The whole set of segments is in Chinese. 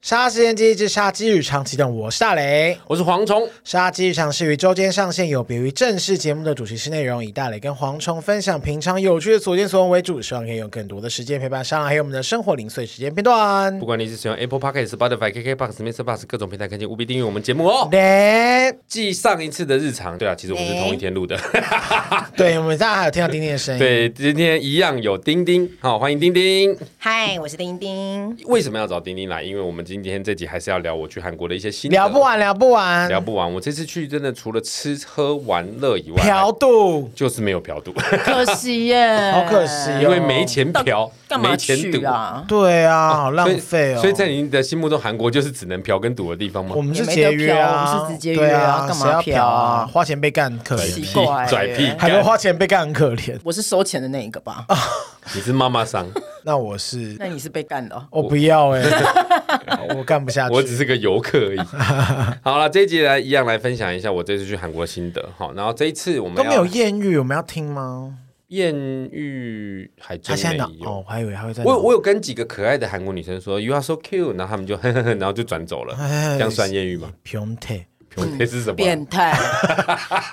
杀时间机之杀鸡日常启动，我是大雷。我是蝗虫，杀鸡日常是于周间上线，有别于正式节目的主题式内容，以大雷跟蝗虫分享平常有趣的所见所闻为主，希望可以用更多的时间陪伴上，还有我们的生活零碎时间片段不。管你是使用 Apple Podcast、Spotify、KKBox、Mr. Bus 各种平台，看见务必订阅我们节目哦。对，继上一次的日常，对啊，其实我们是同一天录的。对我们大家还有听到丁丁的声音， 对，今天一样有丁丁，好，欢迎丁丁。嗨，我是丁丁。为什么要找丁丁来？因为我们今天这集还是要聊我去韩国的一些心得聊不，完，聊不完，聊不完。我这次去真的除了吃喝玩乐以外，嫖赌，就是没有嫖赌，可惜耶，好可惜哦， 因为没钱嫖，干嘛没钱去赌。啊？对啊，好浪费哦。所以，所以在你的心目中，韩国就是只能嫖跟赌的地方吗 我？们是节约啊，也没得嫖我们是直接约啊对啊，干嘛谁要嫖啊花钱被干可奇怜，怪耶拽屁，还有花钱被干很可怜。我是收钱的那一个吧？你是妈妈桑，那我是那你是被干的哦？我不要 哎、我干不下去。我只是个游客 而已。好了，这一集来一样来分享一下我这次去韩国心得。好，然后这一次我们都没要有艳遇，我们要听吗？艳遇，还他真现在没哪？有。哦，我还以为他会在哪。我我有跟几个可爱的韩国女生说 “You are so cute”，然后他们就 哼哼哼，然后就转走了，哎这样算艳遇吗？平台这是 什么？变态，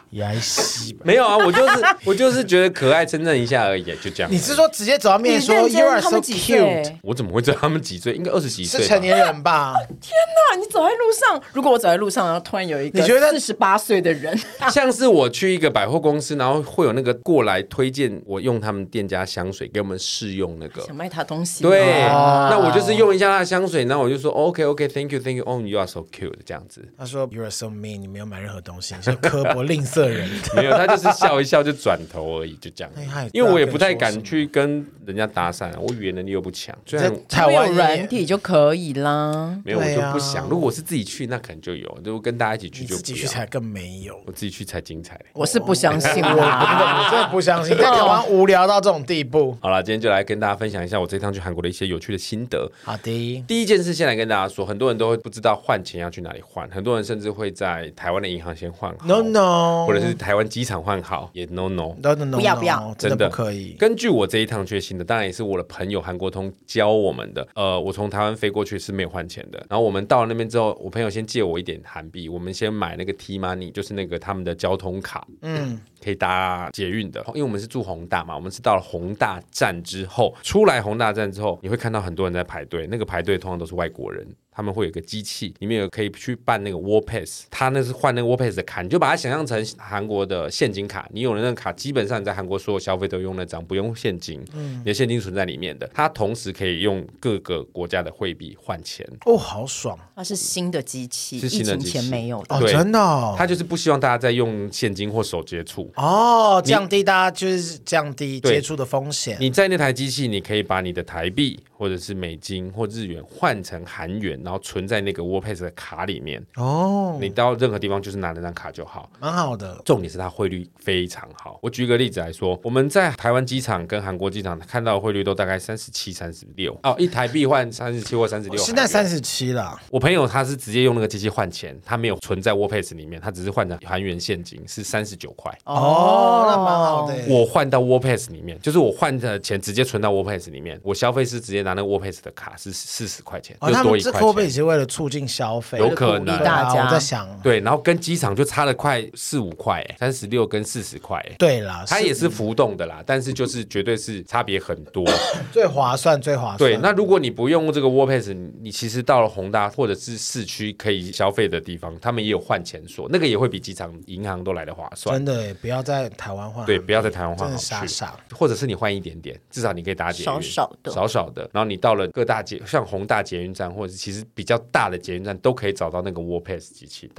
也是吧？没有啊，我就是我就是觉得可爱，称赞一下而已，就这样。你是说直接走到面说你认 “You 真 are 他 so 们几 cute”？岁？我怎么会知道他们几岁？应该二十几岁吧。是成年人吧？那啊你走在路上，如果我走在路上，然后突然有一个你觉得四十八岁的人， 像是我去一个百货公司，然后会有那个过来推荐我用他们店家香水给我们试用那个，想卖他东西，对，哦那我就是用一下他的香水，然后我就说 OK OK Thank you Thank you Oh you are so cute 这样子，他说 “You are so mean”，你没有买任何东西，你是刻薄吝啬 人。没有，他就是笑一笑就转头而已，就这样哎嗨。因为我也不太敢不知道该去跟人家搭讪，啊我语言能力又不强，虽在然。台有湾软体就可以啦。没有，我对就啊不想。如果我是自己去，那可能就有；如果跟大家一起去，你就自不己去要。才更没 有。我自己去才精彩。我是不相信我我 啦，真的不相 信，在台哦湾无聊到这种地步。好了，今天就来跟大家分享一下我这趟去韩国的一些有趣的心得。好的，第一件事先来跟大家说，很多人都会不知道换钱要去哪里换，很多人甚至会在台湾的银行先换好 No no，或者是台湾机场换好，也 no no。 no no no，不要不要真的不可以。根据我这一趟去的心得，当然也是我的朋友韩国通教我们的。呃，我从台湾飞过去是没有换钱的。然后我们到了那边之后，我朋友先借我一点韩币，我们先买那个 T Money，就是那个他们的交通卡，嗯，可以搭捷运的。因为我们是住宏大嘛，我们是到了宏大站之后，出来宏大站之后，你会看到很多人在排队，那个排队通常都是外国人。他们会有一个机器，里面有可以去办那个 w a r Pass，它那是换那个 w a r Pass 的卡，你就把它想象成韩国的现金卡。你有了那个卡，基本上你在韩国所有消费都用那张，不用现金，你的现金存在里面的。它同时可以用各个国家的汇币换钱，哦，好爽它是新的机器，是疫新的情机器前没有的。哦，对真的哦它就是不希望大家再用现金或手接触。哦，降低大家就是降低对接触的风险。你在那台机器，你可以把你的台币或者是美金或日元换成韩元，然后存在那个 w a r Pass 的卡里面。哦，你到任何地方就是拿那张卡就好。蛮好的。重点是它汇率非常好。我举个例子来说，我们在台湾机场跟韩国机场看到的汇率都大概三十七、三十六哦，一台币换三十七或三十六。现在三，十七了，我朋友他是直接用那个机器换钱，他没有存在 w a r Pass 里面，他只是换成韩元现金，是三十九块。哦，那蛮好的。我换到 w a r Pass 里面，就是我换的钱直接存到 w a r Pass 里面，我消费是直接拿那个 w o r p a c e 的卡是四十块钱，哦，又他多们一这块 c o b 钱也。是为了促进消费，有可能对啊大家我在想，对，然后跟机场就差了快四五块、欸三十六跟四十块、欸，对啦，它也是浮动的啦，但是就是绝对是差别很 多。最划算，最划算。对，那如果你不用这个 w o r p a c e 你你其实到了宏大或者是市区可以消费的地方，他们也有换钱所，那个也会比机场、银行都来的划算。真的耶不要在台湾换，对，不要在台湾真换好的去，傻傻。或者是你换一点点，至少你可以打捷运少少的少少的。然后你到了各大捷，像宏大捷运站，或者是其实比较大的捷运站，都可以找到那个 WordPress 机器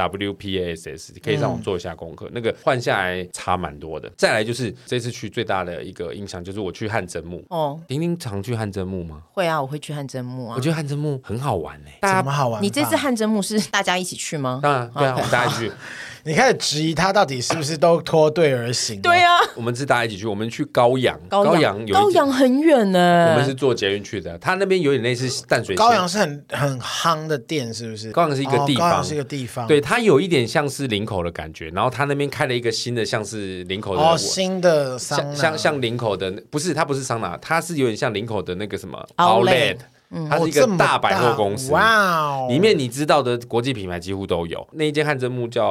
WPASS，可以让我做一下功嗯课。那个换下来差蛮多的。再来就是这次去最大的一个印象就是我去汗蒸木，哦，婷婷常去汗蒸木吗？会啊，我会去汗蒸木啊我。觉得汗蒸木很好玩呢、欸 怎么好玩法？你这次汗蒸木是大家一起去吗？当然，对啊，我们大家一起去， 你开始质疑他到底是不是都脱队而行？对，啊，我们是大家一起去，我们去高阳，阳有一高阳很远呢。我们是坐捷运去的，它那边有点类似淡水线高阳是很很夯的店，是不是？高阳是一个地哦高方阳是一个地方，对，，它有一点像是林口的感觉，然后它那边开了一个新的，像是林口的我、哦，新的桑拿像像像林口的，不是它不是桑拿，它是有点像林口的那个什么 Outlet outlet，它是一哦个这么大百货公司。哇哦，里面你知道的国际品牌几乎都有。那一间汗蒸木叫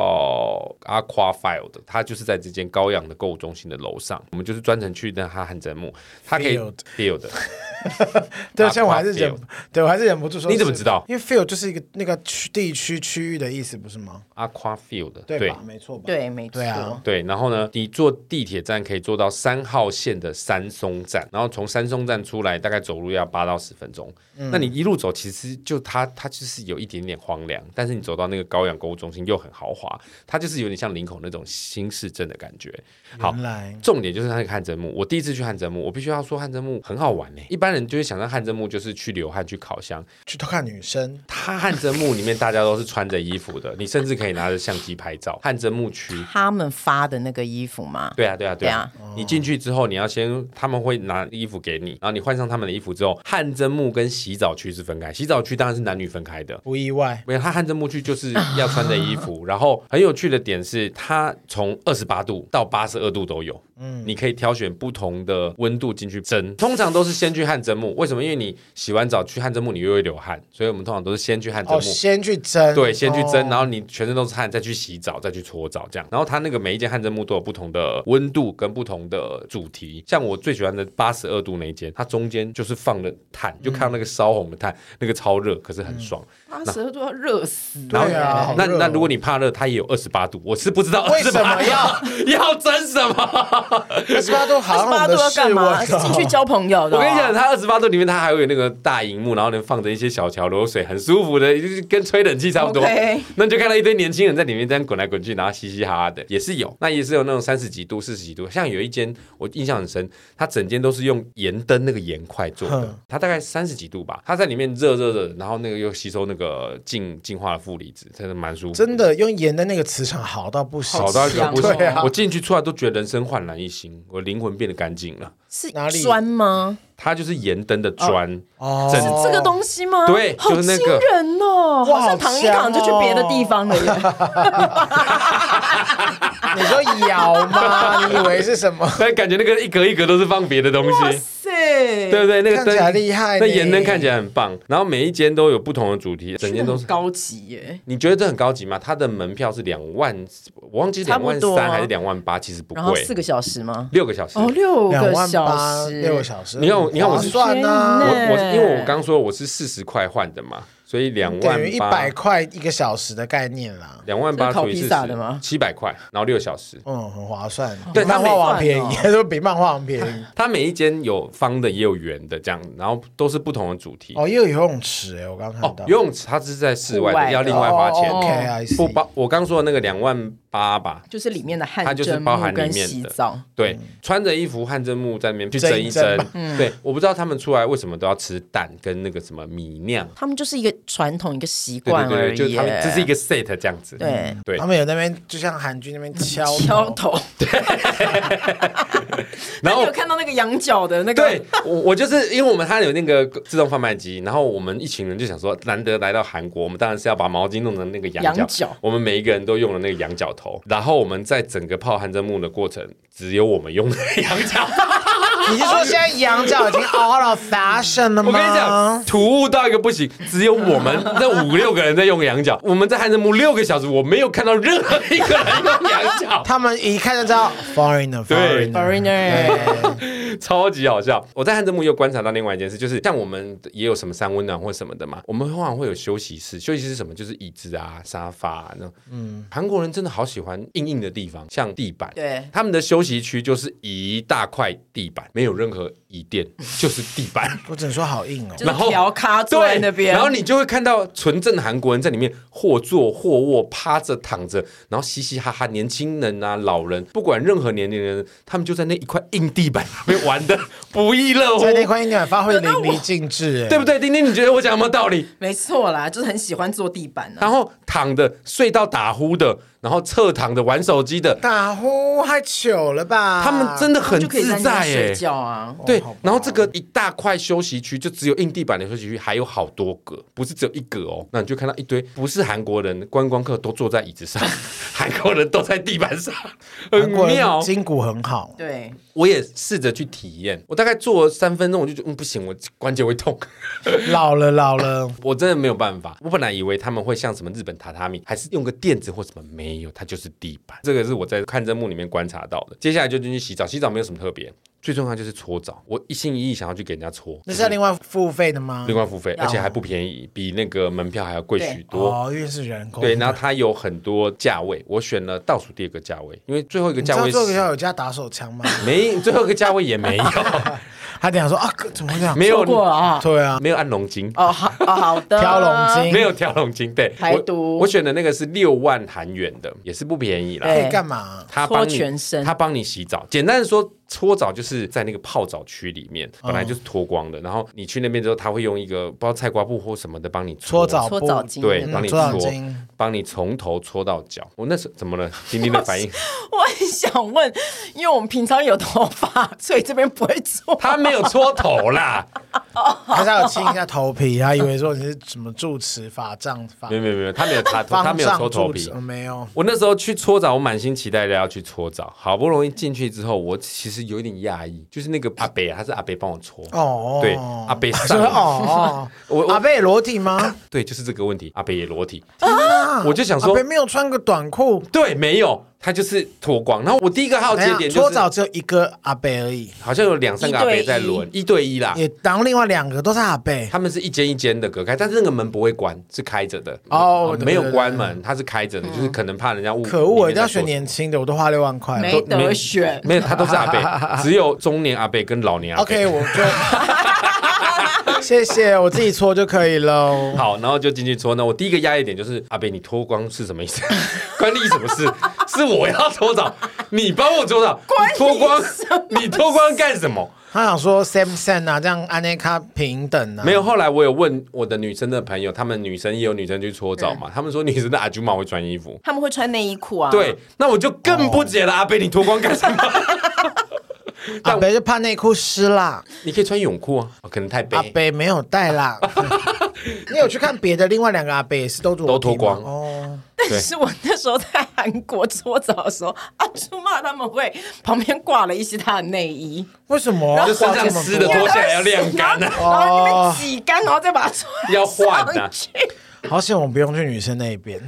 Aqua File 的，它就是在这间高阳的购物中心的楼上。我们就是专程去那它汗蒸木，它可以 Field feel 的。对，像我还是 Aqua 忍 Field，对我还是忍不住说，你怎么知道？因为 field 就是一个那个区地区区域的意思，不是吗？ Aqua Feel 的，对对吧？没错吧？对，没错对。啊，对，然后呢，你坐地铁站可以坐到三号线的山松站，然后从山松站出来，大概走路要八到十分钟。那你一路走，其实就它它就是有一点点荒凉，但是你走到那个高阳购物中心又很豪华，它就是有点像林口那种新市镇的感觉。好原，来重点就是它那个汗蒸木。我第一次去汗蒸木，我必须要说汗蒸木很好玩呢、欸一般人就会想到汗蒸木就是去流汗、去烤箱，去偷看女生，它汗蒸木里面大家都是穿着衣服的，你甚至可以拿着相机拍照。汗蒸木区他们发的那个衣服嘛，对啊，对啊，对啊。你进去之后，你要先他们会拿衣服给你，然后你换上他们的衣服之后，汗蒸幕跟洗澡区是分开，洗澡区当然是男女分开的。不意外。没有，他汗蒸幕区就是要穿的衣 服。然后很有趣的点是，它从二十八度到八十二度都有，嗯，你可以挑选不同的温度进去蒸。通常都是先去汗蒸幕，为什么？因为你洗完澡去汗蒸幕，你又会流汗，所以我们通常都是先去汗蒸哦，幕。先去蒸，对，先去啊蒸，哦然后你全身都是汗，再去洗澡，再去搓澡，这样。然后它那个每一间汗蒸木都有不同的温度跟不同的主题，像我最喜欢的八十二度那一间，它中间就是放了炭，就看到那个嗯烧红的炭，那个超热，可是很爽。八十二度要热死。对啊，好那热哦那如果你怕热，它也有二十八度，我是不知道为什么要 要蒸什么。二哦十八度好像我八们度的要室干温嘛？哦进去交朋友的哦。啊我跟你讲，它二十八度里面它还会有那个大荧幕，然后能放着一些小桥流水，很舒服的，就是跟吹冷气差不多。 OK 那你就看到一堆年轻人在里面这样滚来滚去，然后嘻嘻哈哈的，也是有。那也是有那种三十几度、四十几度，像有一间我印象很深，它整间都是用盐灯那个盐块做的哼，它大概三十几度吧，它在里面热热热，然后那个又吸收那个净净化的负离子，真的蛮舒服。真的用盐的那个磁场好到不行，好到一个不行对啊， 我进去出来都觉得人生焕然一新，我灵魂变得干净了。是哪里砖吗？它就是盐灯的砖，哦整这个东西吗？对好就是那惊个人哦！哇好像哦躺一躺就去别的地方了耶。你说咬吗？ 你以为是什么？ 但感觉那个一格一格都是放别的东西，对对不对？那个看起来灯厉害那呢盐灯看起来很棒。然后每一间都有不同的主题，整间都是。高级耶。你觉得这很高级吗？它的门票是两万，我忘记差两不万多三啊还是两万八，其实不然后贵四，个小时吗？六个小时。哦，六两个万八小时，六个小时，你看我你看我是算我啊，我因为我刚说我是四十块换的嘛，所以两等于万一八百，块一个小时的概念啦，两万八这是烤除以披四萨的吗十，七百块，然后六小时。嗯，很划算，对比漫它画每王便宜，哦算 哦说比漫画王便宜。它每一间有方的也有圆的这样，然后都是不同的主题。 哦，又有游泳池哎，我刚看哦到，游泳池它是在室外户外的，的要另外花钱。哦 OK 啊，不包我刚说的那个两万八吧，就是里面的汗它就是蒸包木含里跟面洗的澡，对，穿着衣服汗蒸木在那边去蒸蒸一一蒸蒸吧。嗯对，我不知道他们出来为什么都要吃蛋跟那个什么米酿，他们就是一个传统一个习对惯而对对对，已就是他们耶。这是一个 set 这样子。对对他，们有那边就像韩剧那边敲敲头， 然你后有。看到那个羊角的那个？对，我，我就是因为我们它有那个自动贩卖机，然后我们一群人就想说，难得来到韩国，我们当然是要把毛巾弄成那个羊角，羊角我们每一个人都用了那个羊 角头，然后我们在整个泡汗蒸木的过程，只有我们用了羊角头。你是说现在羊角已经 out of fashion 了吗？我跟你讲，，土物到一个不行，只有我们那五六个人在用羊角。我们在汉神木六个小时，我没有看到任何一个人用 羊角，他们一看就知道 foreigner，对 foreigner， foreigner，对超级好笑。我在汉神木又观察到另外一件事，就是像我们也有什么三温暖或什么的嘛，我们通常会有休息室，休息室是什么就是椅子啊、沙发啊那种。嗯，韩国人真的好喜欢硬硬的地方，像地板。对他们的休息区就是一大块地板，没有任何椅垫，就是地板。我只能说好硬哦。就是然后调咖坐在对，那边，然后你就会看到纯正韩国人在里面或坐或卧、趴着躺着，然后嘻嘻哈哈，年轻人啊、老人，不管任何年龄的人，他们就在那一块硬地板上面玩的 不亦乐乎在，那块硬点发挥淋漓尽致，对哎，不对？丁丁，你觉得我讲有没有道理？没错啦，就是很喜欢坐地板啊。然后躺的、睡到打呼的，然后侧躺的、玩手机的，打呼太糗了吧？他们真的很啊就可以自在那在边耶、睡觉啊。对哦好吧，然后这个一大块休息区就只有硬地板的休息区，还有好多个，不是只有一个哦。那你就看到一堆不是韩国人观光客都坐在椅子上， 韩国人都在地板上，很韩国人妙。筋骨很好，对，我也试着去体验，我大概坐了三分钟，我就觉得嗯不行，我关节会痛， 老了老了，我真的没有办法。我本来以为他们会像什么日本榻榻米，还是用个垫子或什么，没有，它就是地板。这个是我在看真幕里面观察到的。接下来就进去洗澡，洗澡没有什么特别。最重要就是搓澡，我一心一意想要去给人家搓，那是要另外付费的吗？另外付费，要而且还不便宜，比那个门票还要贵许多。哦，因为是人工。对，然后它有很多价位，我选了倒数第二个价位，因为最后一个你知价道位做个是要有加打手枪吗？ 没，最后一个价位也没有，他等一下说啊，哥怎么会这样？没有错过了啊。对啊，没有按龙筋，哦，好，哦好的。挑龙筋没有调龙筋，对，排我毒我选的那个是六万韩元的，也是不便宜啦。对可以哎干嘛？他帮搓你全身他帮你洗澡。简单的说，搓澡就是在那个泡澡区里面，本来就是脱光的，然后你去那边之后，他会用一个不知道菜瓜布或什么的帮你搓澡搓布澡巾对，嗯帮你搓澡搓巾，帮你从头搓到脚。我那时候怎么了？ 丁丁的反应，我很想问，因为我们平常有头发，所以这边不会做。他没有搓头啦，还是要亲一下头 皮，他以为说你是什么住持法杖法没有没有没有，他没有擦头，他方没有搓丈头住皮持，。哦没有。我那时候去搓澡，我满心期待的要去搓澡，好不容易进去之后，我其实有一点讶异，就是那个阿北，他是阿北帮我搓，哦，对，阿北说上来，哦， 我哦阿我贝裸体吗？对，就是这个问题，阿北也裸体，啊 我就想阿说贝，没有穿个短裤。对，没有，他就是脱光。然后我第一个好奇等的一点下就哎搓是，澡只有一个阿贝而已，好像有两三个阿北在轮，一对一啦，也然后另外两个都是阿贝。他们是一间一间的隔开，但是那个门不会关，是开着的啊哦对对没有对嗯关门，它是开着的，就是可能怕人家误。可恶，我一定要选里面年轻的，我都花六万块了。没得在选做，没有，他都是阿伯，只有中年阿伯跟老年阿伯。 OK，我就 谢谢，我自己搓就可以喽。好，然后就进去搓。那我第一个压力点就是阿伯，你脱光是什么意思？ 关你什么事？是我要搓澡，你帮我搓澡，你脱光，你脱光干什么？他想说 Sam Sam 啊，这样安内卡平等啊，没有，后来我有问我的女生的朋友，她们女生也有女生去搓澡嘛，她们说女生的阿舅妈会穿衣服。他们会穿内衣裤啊。对，那我就更不解了，阿贝，你脱光干什么？阿北就怕内裤湿啦，你可以穿泳裤啊，哦可能太阿背。北没有带 啦。你有去看别的另外两个阿北也是都裸体吗都脱光哦，对但是我那时候在韩国搓澡的时候，阿朱妈他们会旁边挂了一些她的内衣，为什么？ 就身上湿的脱下来要晾干啊，然后那边挤干，然后再把它穿要换啊 上去。好险，我不用去女生那一边。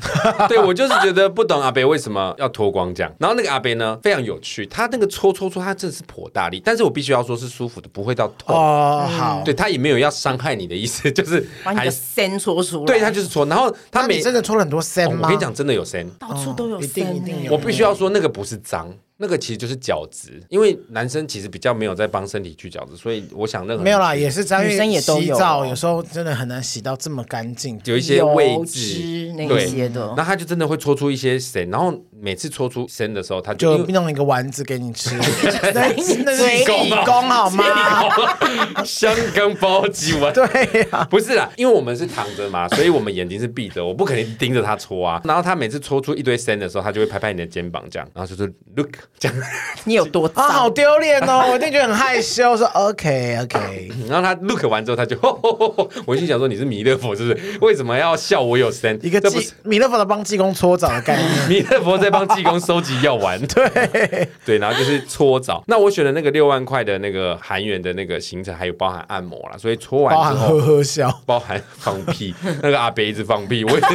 对我就是觉得不懂阿北为什么要脱光这样。然后那个阿北呢，非常有趣，他那个搓搓搓，他真的是颇大力，但是我必须要说是舒服的，不会到 痛。嗯哦，好，对他也没有要伤害你的意思， 就是把你还的啊身搓出来，对他就是搓，然后他那每你真的搓了很多 Sam 哦吗？我跟你讲，真的有声。到处都有一定身一定欸有我必须要说，那个不是脏，那个其实就是角质，因为男生其实比较没有在帮身体去角质，所以我想任何没有啦，也是张女生也都洗有哦澡有时候真的很难洗到这么干净。有一些位油置脂那一对。些的然。后他就真的会搓出一些神，然后每次搓出神的时候，他就就因为弄一个丸子给你吃， 那那是水义工好吗？ 香港包鸡丸，对啊呀、不是啦，因为我们是躺着嘛，所以我们眼睛是闭着，我不可能盯着他搓啊。然后他每次搓出一堆神的时候，他就会拍拍你的肩膀这样，然后就是 look 这样， 你有多啊，好 脏？丢脸 哦！我一定觉得很害羞， 说 OK OK，然后他 look 完之后，他就， 吼吼吼吼我心想说你是弥勒佛是不是？为什么要笑我有神？一个这不济是 米勒佛的帮济公搓澡的概念。弥勒佛在在帮济公收集 药丸，对对，然后就是搓澡。那我选的那个六万块的那个韩元的那个行程，还有包含按摩啦，所以搓包完含之呵后，呵笑。包含放屁， 那个阿北一直放屁，我也是，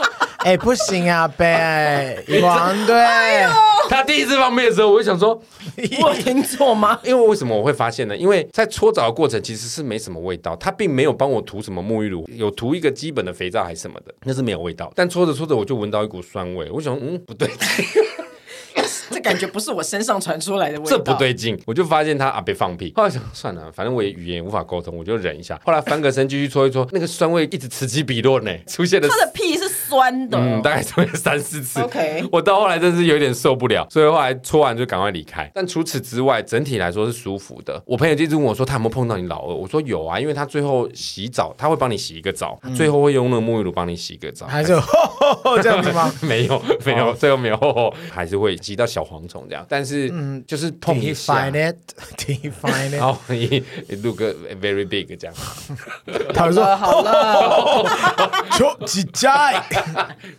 哎、不行啊，贝， 王队，他第一次放屁的时候，我就想说，我有听错吗？因为为什么我会发现呢？因为在搓澡的过程其实是没什么味道，它并没有帮我涂什么沐浴乳，有涂一个基本的肥皂还是什么的，那是没有味道。但搓着搓着我就闻到一股酸味，我想，嗯，不对劲， 这感觉不是我身上传出来的味道，这不。对劲，我就发现他啊被放屁。后来想算了，反正我也语言无法沟通，我就忍一下。后来翻个身继续搓一搓，那个酸味一直此起彼落呢，出现了他的屁是酸的，嗯，大概抽了三四次。 OK 我到后来真是有点受不了，所以后来搓完就赶快离开。但除此之外，整体来说是舒服的。我朋友就一直问我说，他有没有碰到你老二？我说有啊，因为他最后洗澡，他会帮你洗一个澡，最后会用那个沐浴乳帮你洗一个澡。还是有呵呵呵这样子 吗？没有，没有，最后没有，还是会洗到小蝗虫这样。但是，嗯，就是碰一下， define it，define it。然后一 look very big 这样。 他说好了， 求几 家，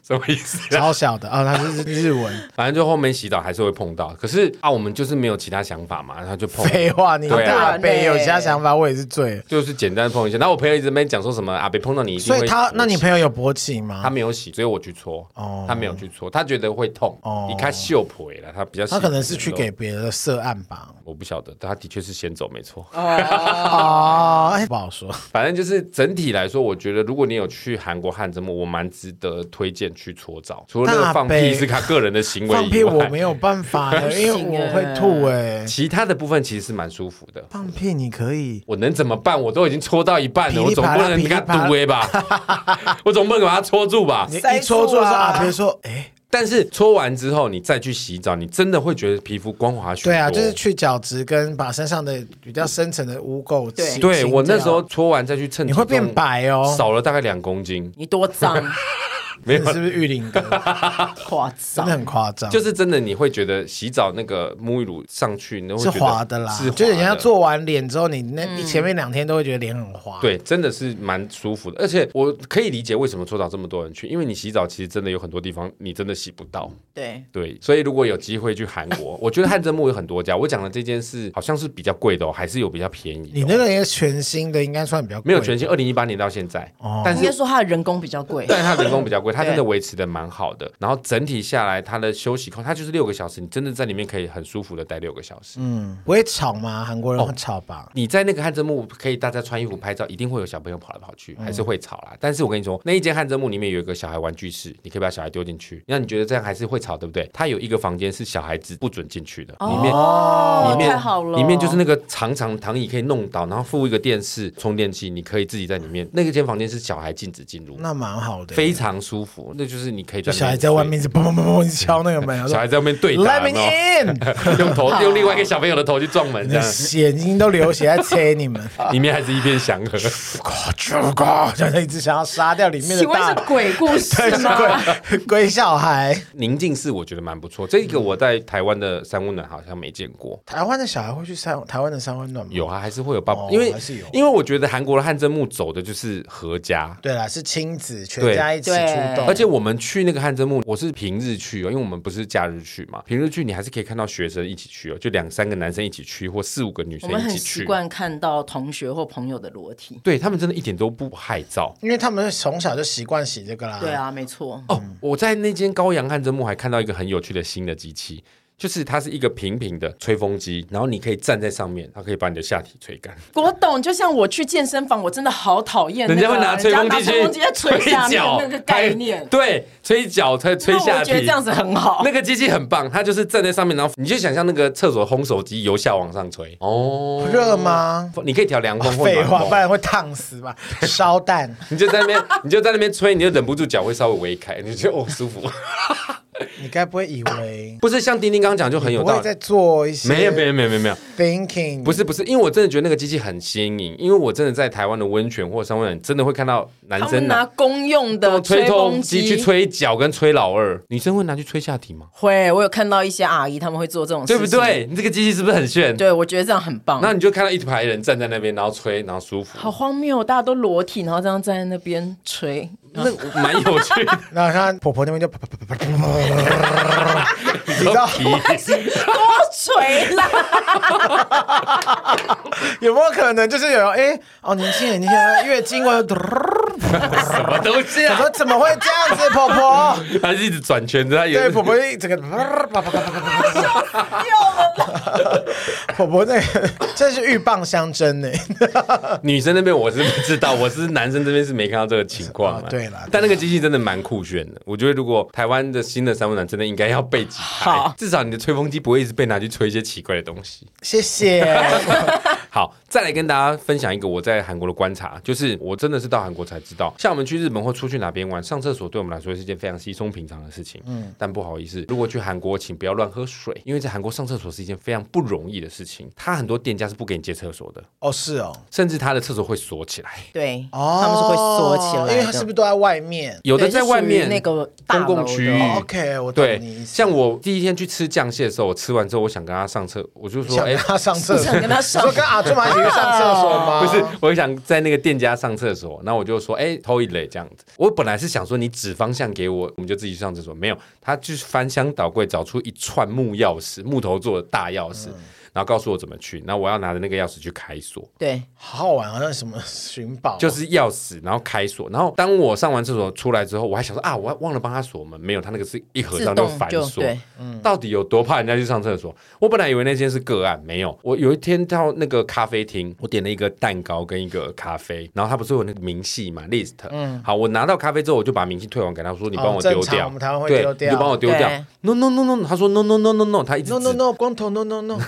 什么意思、啊？超小的啊，他是日 文。反正就后面洗澡还是会碰到，可是啊，我们就是没有其他想法嘛，然后就碰。 废话，你对啊大北有其他想法，我也是醉了。就是简单碰一下。然后我朋友一直在那边讲说什么阿北碰到你一定所会，以他，那你朋友有勃起他吗？没有洗，只有我去搓，哦他没有去搓，他觉得会痛哦，你看秀婆了，他比较喜他欢可能是去给别的涉案吧。我不晓得，但他的确是先走没错。哦 哦，哎不好说。反正就是整体来说，我觉得如果你有去韩国汗蒸幕，我蛮值得推荐去搓澡。除了那大个放杯屁是他个人的行为放以屁我没外，有办法，因为啊我会吐哎。其他的部分其实是蛮舒服的。放屁你可以，我能怎么办？我都已经搓到一半了，噼我里总啪啦不能给他堵 A 吧？ 我总不能把它搓住吧？你一塞抽住出来啊啊，别说哎，但是搓完之后，你再去洗澡，你真的会觉得皮肤光滑许多。对啊，就是去角质跟把身上的比较深层的污垢对清。对清我那掉时候搓完再去称你体重，会变白哦少了大概两公斤，你多脏，没有你。是不是玉林 哥？夸真张的，很夸张，就是真的，你会觉得洗澡那个沐浴乳上去，你会是觉得滑的啦，是滑就是人家的做完脸之后，你嗯那你前面两天都会觉得脸很滑。，对，真的是蛮舒服的，而且我可以理解为什么搓澡这么多人去，因为你洗澡其实真的有很多地方你真的洗不到，对，对，所以如果有机会去韩国， 我觉得汗蒸木有很多家，我讲的这件事好像是比较贵的哦，还是有比较便宜的哦、你那个也全新的，应该算比较没贵有全新，二零一八年到现在，但应是该说他的人工比较贵，但是他人工比较贵，他对真的维持的蛮好的。然后整体下来，他的休息空，他就是六个小时，你真的在里面可以很舒服的待六个小时。嗯，不会吵吗？韩国人哦会吵吧？你在那个汗蒸幕可以大家穿衣服拍照，一定会有小朋友跑来跑去，还是会吵啦。但是我跟你说，那一间汗蒸幕里面有一个小孩玩具室，你可以把小孩丢进去。那你觉得这样还是会吵，对不对？它有一个房间是小孩子不准进去的，里面哦里面太好了，里面就是那个长长躺椅可以弄倒，然后附一个电视、充电器，你可以自己在里面。那个间房间是小孩禁止进入，嗯那蛮好的，非常舒服。那就是你可以就在小孩在外面一直砰砰砰砰砰敲那个 门，睡，小孩在外面对我说 Let 打，有 me 没有 in，用头用另外一个小朋友的头去撞门，你这 样的眼睛都流血在催你 们，里面还是一片祥和。咔嚓咔，这样一直想要杀掉里面的请问大是鬼故事 吗？鬼鬼小孩。宁静寺我觉得蛮不错，这个我在台湾的三温暖好像没见过。台湾的小孩会去三台湾的三温暖吗？有啊，还是会有爸爸，哦因为还是有因为我觉得韩国的汗蒸木走的就是合家，对啦，是亲子全对家一起对出动，而且我们去那个汗蒸木，我是平日去哦，因为我们不是假日去嘛。平日去你还是可以看到学生一起去哦，就两三个男生一起去，或四五个女我生们一很起习去。惯看到同学或朋友的裸体，对他们真的一点都不害臊因为他们从小就习惯洗这个啦。对，啊，没错，哦。我在那间高阳汗蒸木还看到一个很有趣的新的机器，就是它是一个平平的吹风机，然后你可以站在上面，它可以把你的下体吹干。我懂，就像我去健身房，我真的好讨厌那人个家会拿吹风机人家拿去吹风机在吹下面脚那个概念拍。对，吹脚吹吹那下我觉得体这。样子很好 那。个机器很棒，它就是站在上面，然后你就想象那个厕所烘手机由下往上吹哦，热吗？你可以调凉风 或废暖话，风不然会烫死 吧？烧蛋，你就在那边，你就在那边吹，你就忍不住脚会稍微微开，你就觉得哦舒服。你该不会以为不是像丁丁刚刚讲就很有不道会在理。做一些没有没有没有没有没有， thinking？不是不是，因为我真的觉得那个机器很新颖，因为我真的在台湾的温泉或商温暖真的会看到男他生们拿公用的吹风风机去，吹脚跟吹老二，女生会拿去吹下体吗？会，我有看到一些阿姨他们会做这种事对情，不？对？你这个机器是不是很炫？对，我觉得这样很棒。那你就看到一排人站在那边，然后吹，然后舒服。哦好荒谬，大家都裸体，然后这样站在那边吹，那个蛮有趣的。然后她婆婆那边就啪啪啪啪啪啪啪，你知道皮多锤啦！有没有可能就是有哎、哦年轻人，你看月经我有，什么东西我 啊？说怎么会这样子，婆婆？他是一直转圈子，他有对，婆婆一整个啪啪啪啪啪啪，婆婆那个真是鹬蚌相争呢。女生那边我是不知道，我是男生这边是没看到这个情况、啊对啦但那个机器真的蛮酷炫的。我觉得如果台湾的新的三温暖真的应该要备几台好，至少你的吹风机不会一直被拿去吹一些奇怪的东西。谢谢。好，再来跟大家分享一个我在韩国的观察，就是我真的是到韩国才知道，像我们去日本或出去哪边玩，上厕所对我们来说是一件非常稀松平常的事情。嗯，但不好意思，如果去韩国，请不要乱喝水，因为在韩国上厕所是一件非常不容易的事情。他很多店家是不给你借厕所的，哦，是哦，甚至他的厕所会锁起来。 对，哦，他们是会缩起来的，因为它是不是都在外面？有的对在外面是属于那个大公楼共区域的哦，OK，我懂对你意，思像我第一天去吃酱蟹的时候，我吃完之后，我想跟他上厕，我就说，想哎、跟他上厕所，想跟他上你说跟阿朱玛一起去上厕所吗？不是，我想在那个店家上厕所，那我就说，哎、偷一类这样子。我本来是想说你指方向给我，我们就自己去上厕所，没有，他就是翻箱倒柜找出一串木钥匙，木头做的大钥匙。然后告诉我怎么去，那我要拿着那个钥匙去开锁，对，好好玩，好像什么寻宝，啊就是钥匙，然后开锁。然后当我上完厕所出来之后，我还想说啊，我忘了帮他锁门，没有，他那个是一合自上就动反就锁。对，嗯到底有多怕人家去上厕所？我本来以为那间是个案，没有。我有一天到那个咖啡厅，我点了一个蛋糕跟一个咖啡，然后他不是有那个明细嘛，list。嗯，好，我拿到咖啡之后，我就把明细退还给他，说你帮我丢哦正常掉。我们台湾会对，丢掉你就帮我丢掉对。 No no no no，他说 no no no no no，他一直 no no no 光头 no no no，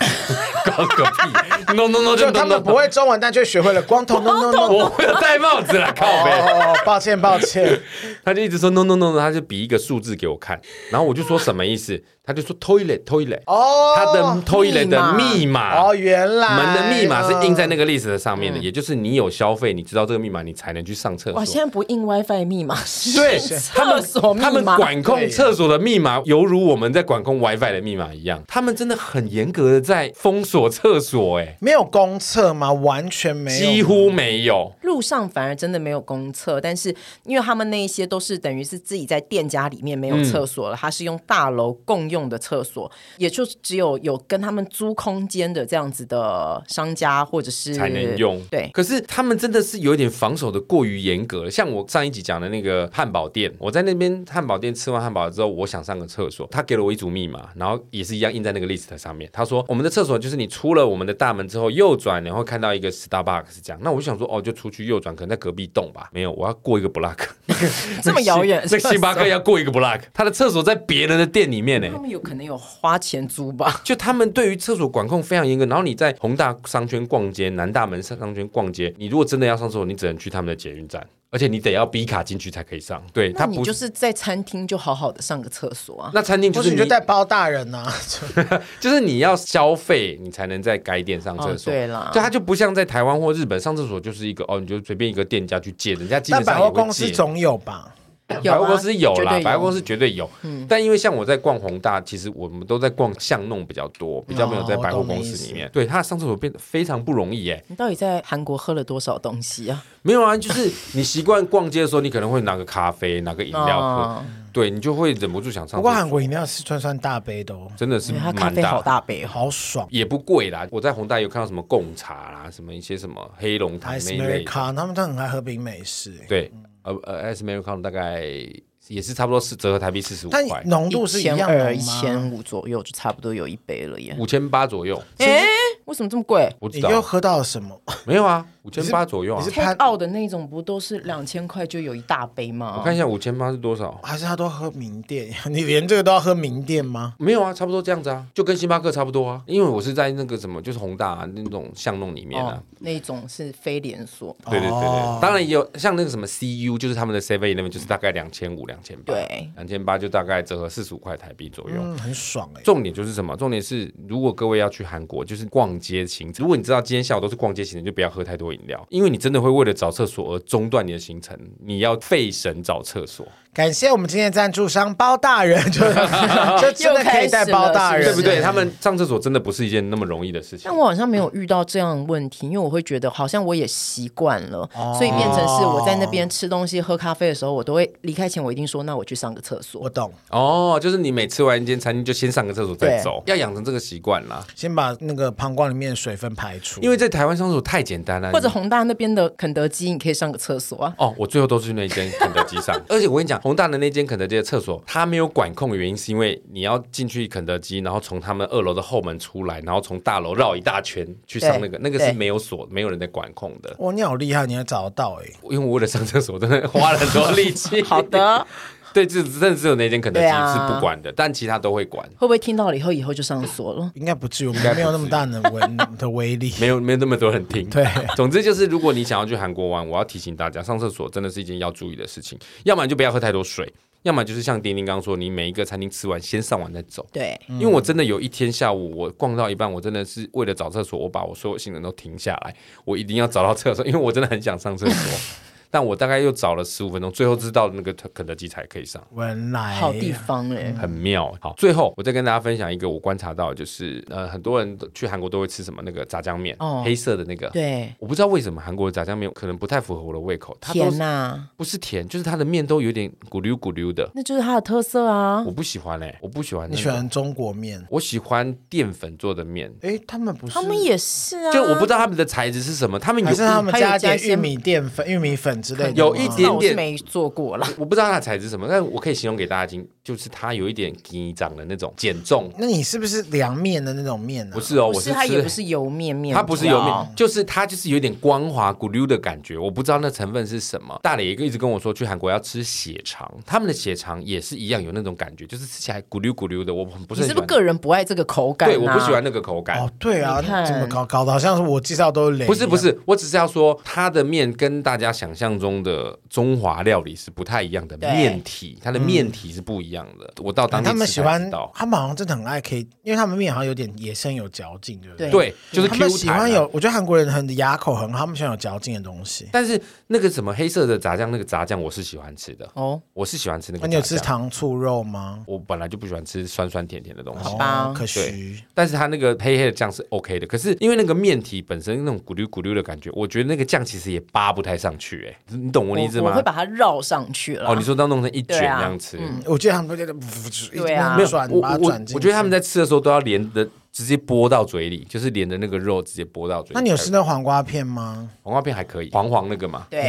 搞个屁，no no no 就 就他 no 们 no 不 no。会中文，但却学会了光头 no no no。我会戴帽子啦，靠哎背。哦，抱歉抱歉，他就一直说 no no no no，他就比一个数字给我看，然后我就说什么意思？他就说 toilet toilet，哦，他的 toilet 的密码哦原来门的密码是印在那个，个 list 的上面的，也就是你有消费，你知道这个密码，你才能去上厕哇，所。现在不印 WiFi 密码，对是他们厕所密他们码，管控对厕所的密码，犹如我们在管控 WiFi 的密码一样，他们真的很严格的在封锁厕所、欸，没有公厕吗？完全没有，几乎没有。路上反而真的没有公厕，但是因为他们那一些都是等于是自己在店家里面没有厕嗯所了，他是用大楼共用的厕所，也就只有有跟他们租空间的这样子的商家或者是才能用。对，可是他们真的是有一点防守的过于严格了。像我上一集讲的那个汉堡店，我在那边汉堡店吃完汉堡之后，我想上个厕所，他给了我一组密码，然后也是一样印在那个 list 上面。他说我们的厕所就是你出了我们的大门之后右转，然后看到一个 Starbucks 这样。那我就想说哦，就出去右转，可能在隔壁栋吧。没有，我要过一个 block， 这么遥远，在星巴克厕所要过一个 block，他的厕所在别人的店里面呢、欸他们有可能有花钱租吧？就他们对于厕所管控非常严格，然后你在宏大商圈逛街、南大门商圈逛街，你如果真的要上厕所，你只能去他们的捷运站，而且你得要 B 卡进去才可以上。对，那哎他你不就。是在餐厅就好好的上个厕 所啊。那餐厅就或者是你你，就带包大人啊 呐、就是你要消费，你才能在该店上厕所。哦对啦就它就不像在台湾或日本上厕所就是一个哦，你就随便一个店家去借，人家基但本上百也货会公司借。总有吧？有百啊货公司有绝啦，对有百货公司绝对有。但因为像我在逛宏大，其实我们都在逛巷弄比较多，比较没有在哦百货懂公你意司思里面。对，它的上厕所变得非常不容易耶、你到底在韩国喝了多少东 西啊？没有啊，就是你习惯逛街的时候，你可能会拿个咖啡、拿个饮料喝，啊对你就会忍不住想上厕所。哦不过韩国饮料是算算大杯的哦，真的是因为它蛮咖啡好大杯哦。好爽。也不贵啦。我在宏大有看到什么贡茶啦，什么一些什么黑龙潭 Ice 那一类 America，他们都很爱喝冰美式，欸对，呃呃，S American 大概也是差不多是折合台币四十五但块，浓度是一样的一吗？千五左右就差不多有一杯了耶。五千八左右。哎，为什么这么贵？我知你道又喝到了什么？没有啊，五千八左右啊你。是泰潘，澳的那种不都是两千块就有一大杯吗？我看一哦下五千八是多少？还是他都喝名店？ 你连这个都要喝名店吗？没有啊，差不多这样子啊，就跟星巴克差不多啊。因为我是在那个什么，就是宏大、啊、那种巷弄里面啊。哦，那种是非连锁。对对对对，当然也有像那个什么 CU，就是他们的 Seven Eleven，就是大概两千五、两千八，对，两千八就大概折合四十五块台币左右。嗯，很爽哎、重点就是什么？重点是，如果各位要去韩国，就是逛街行程。如果你知道今天下午都是逛街行程，就不要喝太多饮料，因为你真的会为了找厕所而中断你的行程，你要费神找厕所。感谢我们今天的赞助商包大人， 就就真的可以带包大人，对不对？是他们上厕所真的不是一件那么容易的事情但。我好像没有遇到这样的问题，因为我会觉得好像我也习惯了，哦所以变成是我在那边吃东西、喝咖啡的时候，我都会离开前我一定说，那我去上个厕所我。懂，哦，就是你每吃完一间餐厅就先上个厕所再走，要养成这个习惯啦。先把那个膀胱里面的水分排出，因为在台湾上厕所太简单了，或者宏大那边的肯德基，你可以上个厕所啊。哦，我最后都是去那间肯德基上， 而且我跟你讲，宏大的那间肯德基的厕所，它没有管控的原因是因为你要进去肯德基，然后从他们二楼的后门出来，然后从大楼绕一大圈去上那个，那个是对没有锁，没有人在管控的。哇，你好厉害，你还找得到哎、因为我为了上厕所，真的花了很多力气。 好，的，对，就真的只有那间肯德基对啊是不管的，但其他都会管。会不会听到了以后，以后就上锁了？应该不至于，我们没有那么大的威的威 力。没有没有那么多人听。对， 总之就是，如果你想要去韩国玩，我要提醒大家，上厕所真的是一件要注意的事情，要么就不要喝太多水，要么就是像丁丁刚刚说，你每一个餐厅吃完先上完再走。对，因为我真的有一天下午，我逛到一半，我真的是为了找厕所，我把我所有行程都停下来，我一定要找到厕所，因为我真的很想上厕所。 但我大概又找了十五分钟，最后知道那个肯德基才可以上。文来好地方哎、很妙。好，最后我再跟大家分享一个我观察到的，就是呃，很多人都去韩国都会吃什么那个炸酱面，哦黑色的那个。，对，我不知道为什么韩国的炸酱面可能不太符合我的胃口，它嗯都甜是呐、不是甜，就是它的面都有点咕溜咕溜的，那就是它的特色啊我。不喜欢哎、我不喜欢、嗯那你个喜欢中国面？我喜欢淀粉做的面，哎，他们不是，他们也是啊，就我不知道他们的材质是什么，他们嗯有还是他们还有加加点一些玉米淀粉、玉米粉之类的吗，有一点那我是没做过啦。我不知道它的材质是什么，但我可以形容给大家听，就是它有一点紧长的那种减重，那你是不是凉面的那种面啊呢、不是哦，不我是，吃它也不是油面面，它不是你知油道面，就是它就是有点光滑咕溜的感觉，我不知道那成分是什么。大磊也一直跟我说去韩国要吃血肠，他们的血肠也是一样有那种感觉，就是吃起来咕溜咕溜的，我很不是很喜你是不是欢。个人不爱这个口感、啊？对，我不喜欢那个口感。哦，对啊，你看怎么搞搞的，好像是我介绍都是雷。不是不，是，我只是要说，它的面跟大家想象中的中华料理是不太一样的对面体，它的面体是不一样的。我到当嗯地他们吃喜才欢知道，他们好像真的很爱 K，因为他们面好像有点野生有嚼劲，对不对？对对，就是他们 Q 喜弹啊欢有，我觉得韩国人很牙口很好，他们喜欢有嚼劲的东西。但是那个什么黑色的炸酱，那个炸酱我是喜欢吃的，哦，我是喜欢吃那个那炸酱。你有吃糖醋肉吗？我本来就不喜欢吃酸酸甜甜的东西，好吧哦可惜。但是它那个黑黑的酱是 OK 的。可是因为那个面体本身那种咕溜咕溜的感觉，我觉得那个酱其实也扒不太上去、欸，哎，你懂我的意思我我吗会？把它绕上去了。哦，你说要弄成一卷对啊那样吃，我记得他们都在那对啊没没有有转，我把它我转进去。我觉得他们在吃的时候都要连的直接拨到嘴里，就是连着那个肉直接拨到嘴里。那你有吃那黄瓜片吗？黄瓜片还可以，黄黄那个嘛，对啊，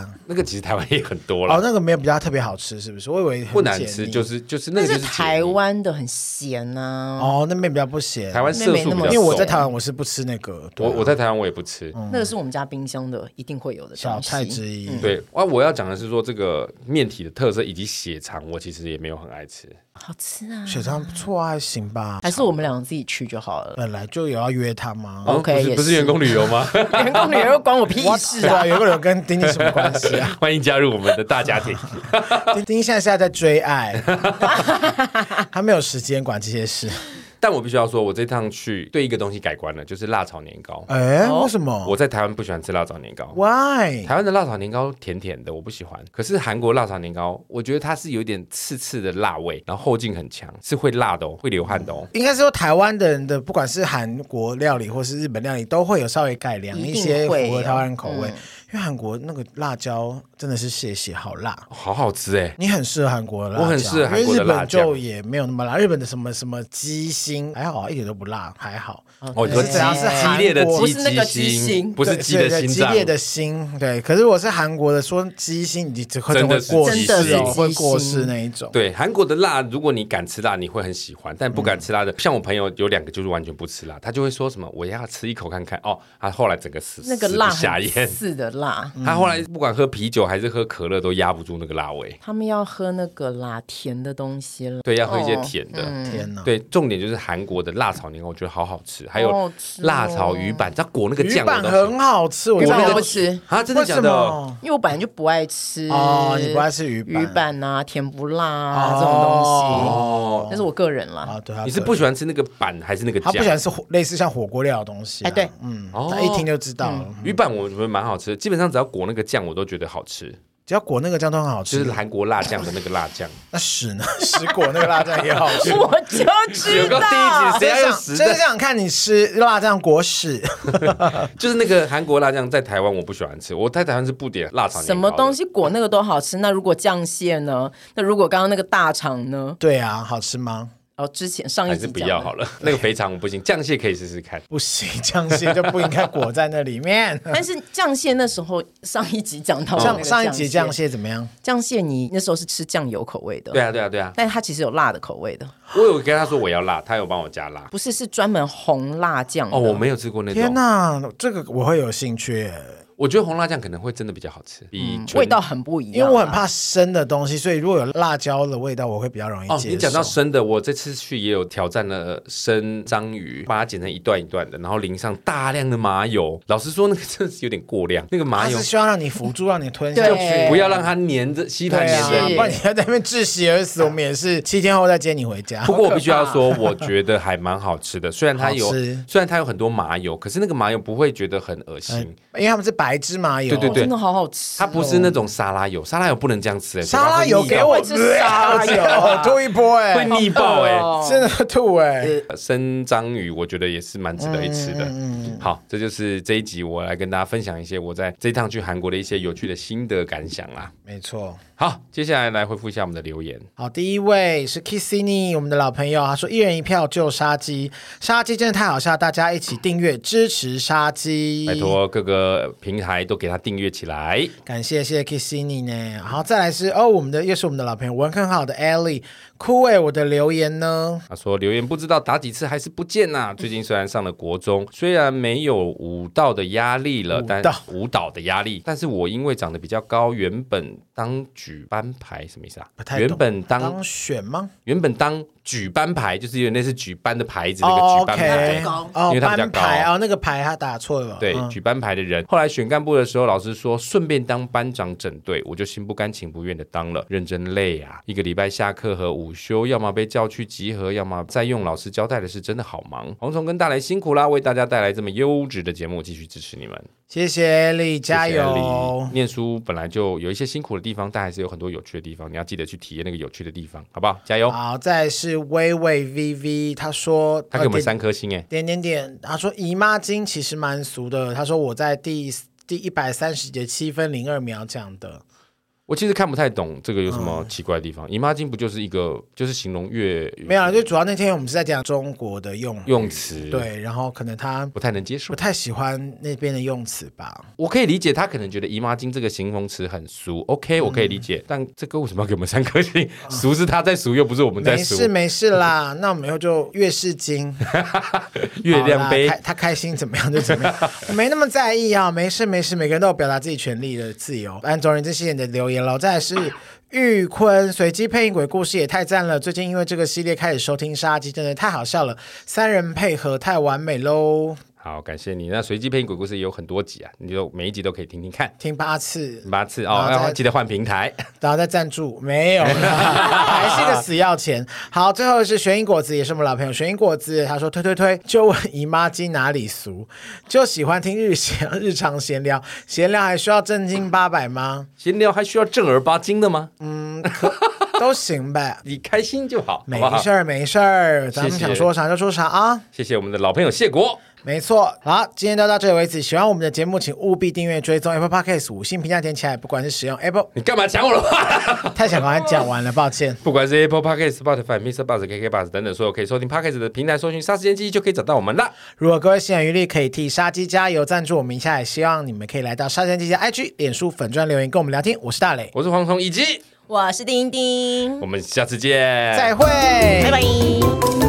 呀，那个其实台湾也很多哦，了，那个没有比较特别好吃，是不是？我以为很 不难解吃，腻就是就是那但个就是是台解腻湾的很咸啊呐、哦，那面比较不咸。台湾色素比较那因边没那么重，为我在台嗯湾我是不吃那个，对我啊我在台湾我也不吃，那个是我们家冰箱的一定会有的小东西菜之一。嗯对，啊，我要讲的是说这个面体的特色以及血肠，我其实也没有很爱吃。好吃啊！血肠不错啊，还行吧。还是我们两个自己去就好了。 本来就有要约他吗？哦 OK，嗯不是也不是是员工旅游 吗？员工旅游又关我屁事对啊！啊，有个人跟丁丁什么关系 啊？欢迎加入我们的大家庭。丁丁现在是在在追 爱，他没有时间管这些事。 但我必须要说，我这趟去对一个东西改观了，就是辣炒年糕。哎，哦为什么我在台湾不喜欢吃辣炒年糕。 ？Why？台湾的辣炒年糕甜甜的，我不喜欢。可是韩国辣炒年糕，我觉得它是有点刺刺的辣味，然后后劲很强，是会辣的哦，会流汗的哦。应该是说台湾的人的，不管是韩国料理或是日本料理，都会有稍微改良一定些会符合有台湾口味。嗯因为韩国那个辣椒真的是谢谢好辣，好好吃哎、你很适合韩国的辣椒，我很适合韩国的辣椒因为日本就也没有那么辣，日本的什么什么鸡心还好啊，一点都不辣，还好。哦，你说对鸡只要是韩激烈的国鸡不是那个鸡鸡心不是对鸡的对心对脏激，烈的心，对。可是我是韩国的，说鸡心，你只会真的会是过鸡世心哦，会过世那一种。对韩国的辣，如果你敢吃辣，你会很喜欢；但不嗯敢吃辣的，像我朋友有两个就是完全不吃辣，他就会说什么我要吃一口看看哦，他后来整个死那个辣死不下很咽，刺的辣，嗯他后来不管喝啤酒还是喝可乐都压不住那个辣味，他们要喝那个啦，甜的东西了。对，要喝一些哦甜的。天哪！对，重点就是韩国的辣炒年糕，我觉得好好吃，还好有好吃哦辣炒鱼板，它裹那个鱼酱板我都喜很好吃，我鱼觉板得我不吃，欢啊，真的为什假的？么？因为我本来就不爱吃。哦你不爱吃鱼板呃鱼板啊，甜不辣啊哦这种东西，哦，那是我个人啦。啊，对，他你是可不喜欢吃那个板还是那个他酱？不喜欢吃火类似像火锅料的东西啊。哎对嗯，哦他一听就知道了。嗯鱼板我觉得蛮好吃的，基本上只要裹那个酱，我都觉得好吃。只要裹那个酱都很好就吃是。韩国辣酱的那个辣酱。那屎呢？ 屎裹那个辣酱也好吃。 我就知有个第一集谁道，真要用想实真在？想看你吃辣酱裹屎，就是那个韩国辣酱，在台湾我不喜欢吃，我在台湾是不点辣炒年糕的什么东？西裹那个都好吃。那如果酱蟹呢？那如果刚刚那个大肠呢？ 对啊，好吃吗？哦，之前上一还集是不讲要的好了， 那个肥肠我不行，酱蟹可以试试看。不行，酱蟹就不应该裹在那里面。 但是酱蟹那时候上一集讲到那上个哦上一集酱酱蟹，蟹怎么样？酱蟹你那时候是吃酱油口味的，对，啊，对啊，对啊，但它其实有辣的口味的， 我有跟他说我要辣，他有帮我加辣。不是是专门红辣酱的哦，我没有吃过那天种，哪，这个我会有兴趣耶，我觉得红辣酱可能会真的比较好吃，嗯比纯味道很不一样，啊因为我很。啊怕生的东西，所以如果有辣椒的味道，我会比较容易哦，接受。你讲到生的，我这次去也有挑战了生章鱼，把它剪成一段一段的，然后淋上大量的麻油。老实说，那个真的是有点过量，那个麻它油是希望让你扶住，让你吞下对去。不要让它粘着吸盘对粘啊着是，不然你要在那边窒息而死，我们也是七天后再接你回家呃不。过我必须要说，我觉得还蛮好吃的。虽然它有好吃，虽然它有很多麻油，可是那个麻油不会觉得很恶心。因为他们是白芝麻油，对对对真的好好吃、它不是那种沙拉油，沙拉油不能这样吃、欸。哦沙拉油嘴给巴我会吃沙 拉油啊吐一波哎、会腻到会腻爆哎、哦真的吐 哎、呃 生章鱼我觉得也是蛮值得一吃嗯的。好，这就是这一集我来跟大家分享一些我在这一趟去韩国的一些有趣的心得感想啦。没错。好，接下来来回复一下我们的留言。好，第一位是 Kissini，我们的老朋友，他说一人一票救杀鸡，杀鸡真的太好笑，大家一起订阅支持杀鸡，拜，托各个平台都给它订阅起来。感谢谢谢 Kissini 呢。然后再来是哦，我们的又是我们的老朋友，文很好的 Ellie，枯萎我的留言呢，他啊说留言不知道打几次还是不见呐、最近虽然上了国中，虽然没有舞蹈的压力了，舞但蹈舞蹈的压力，但是我因为长得比较高，原本当举班牌什么意思啊不？太懂原本当当选吗？原本当举班牌就是有点类似举班的牌子那个哦举班牌。 ，OK，因哦为，他比较班高牌哦，那个牌他打错了，对，嗯举班牌的人，后来选干部的时候，老师说顺便当班长整队，我就心不甘情不愿的当了，认真累啊！一个礼拜下课和午休，要么被叫去集合，要么再用老师交代的事，真的好忙。黄虫跟大雷辛苦啦，为大家带来这么优质的节目，继续支持你们，谢谢 Ellie，加谢谢油。你念书本来就有一些辛苦的地方，但还是有很多有趣的地方，你要记得去体验那个有趣的地方，好不好？加油！好，再来是微微 VV，他说他给我呃们点三颗星哎，点点点，他说姨妈巾其实蛮俗的，他说我在第第一百三十节七分零二秒讲的，我其实看不太懂这个有什嗯么奇怪的地方。姨妈巾不就是一个就是形容越没有啊，就主要那天我们是在讲中国的用语用词对，然后可能他不太能接受不。太喜欢那边的用词吧，我可以理解他可能觉得姨妈巾这个形容词很俗，OK，我可嗯以理解。但这个为什么要给我们三颗星？俗是他在俗，又不是我们在哦没俗。事没事啦，那我们以后就月事经，月亮杯好啦开他开心怎么样就怎么样， 我没那么在意啊，没事没事，每个人都有表达自己权利的自由。安总而言之，谢谢你的留言了。再来是玉坤随机配音鬼故事也太赞了，最近因为这个系列开始收听杀鸡，真的太好笑了，三人配合太完美喽，好，感谢你。那随机配音鬼故事也有很多集啊，你就每一集都可以听听看。听八次，八次好哦，再要记得换 平台。然后再赞助没有啦， 还是个死要钱。好，最后是玄影果子，也是我们老朋友玄影果子，他说推推推，就问姨妈巾哪里俗，就喜欢听日闲日常闲聊，闲聊还需要正经八百 吗？闲聊还需要正儿八经的吗？都行呗，你开心就好，好嗯没不好事？儿没事儿，咱们谢谢想说啥就说啥啊。谢谢我们的老朋友谢国。没错，好，今天就到这里为止。喜欢我们的节目，请务必订阅、追踪 Apple Podcast 五星评价点起来。不管是使用 Apple，你干嘛 抢我的话？太想赶快讲完了，抱歉。不管是 Apple Podcast、Spotify、Mr. Buzz、KK Buzz 等等所有可以收听 Podcast 的平台，搜寻“杀时间机”就可以找到我们啦。如果各位心有余力，可以替杀鸡加油赞助我们一下，也希望你们可以来到杀鸡家 IG、脸书粉专留言跟我们聊天。我是大磊，我是黄虫，以及我是丁丁我，们下次见，再会，拜拜。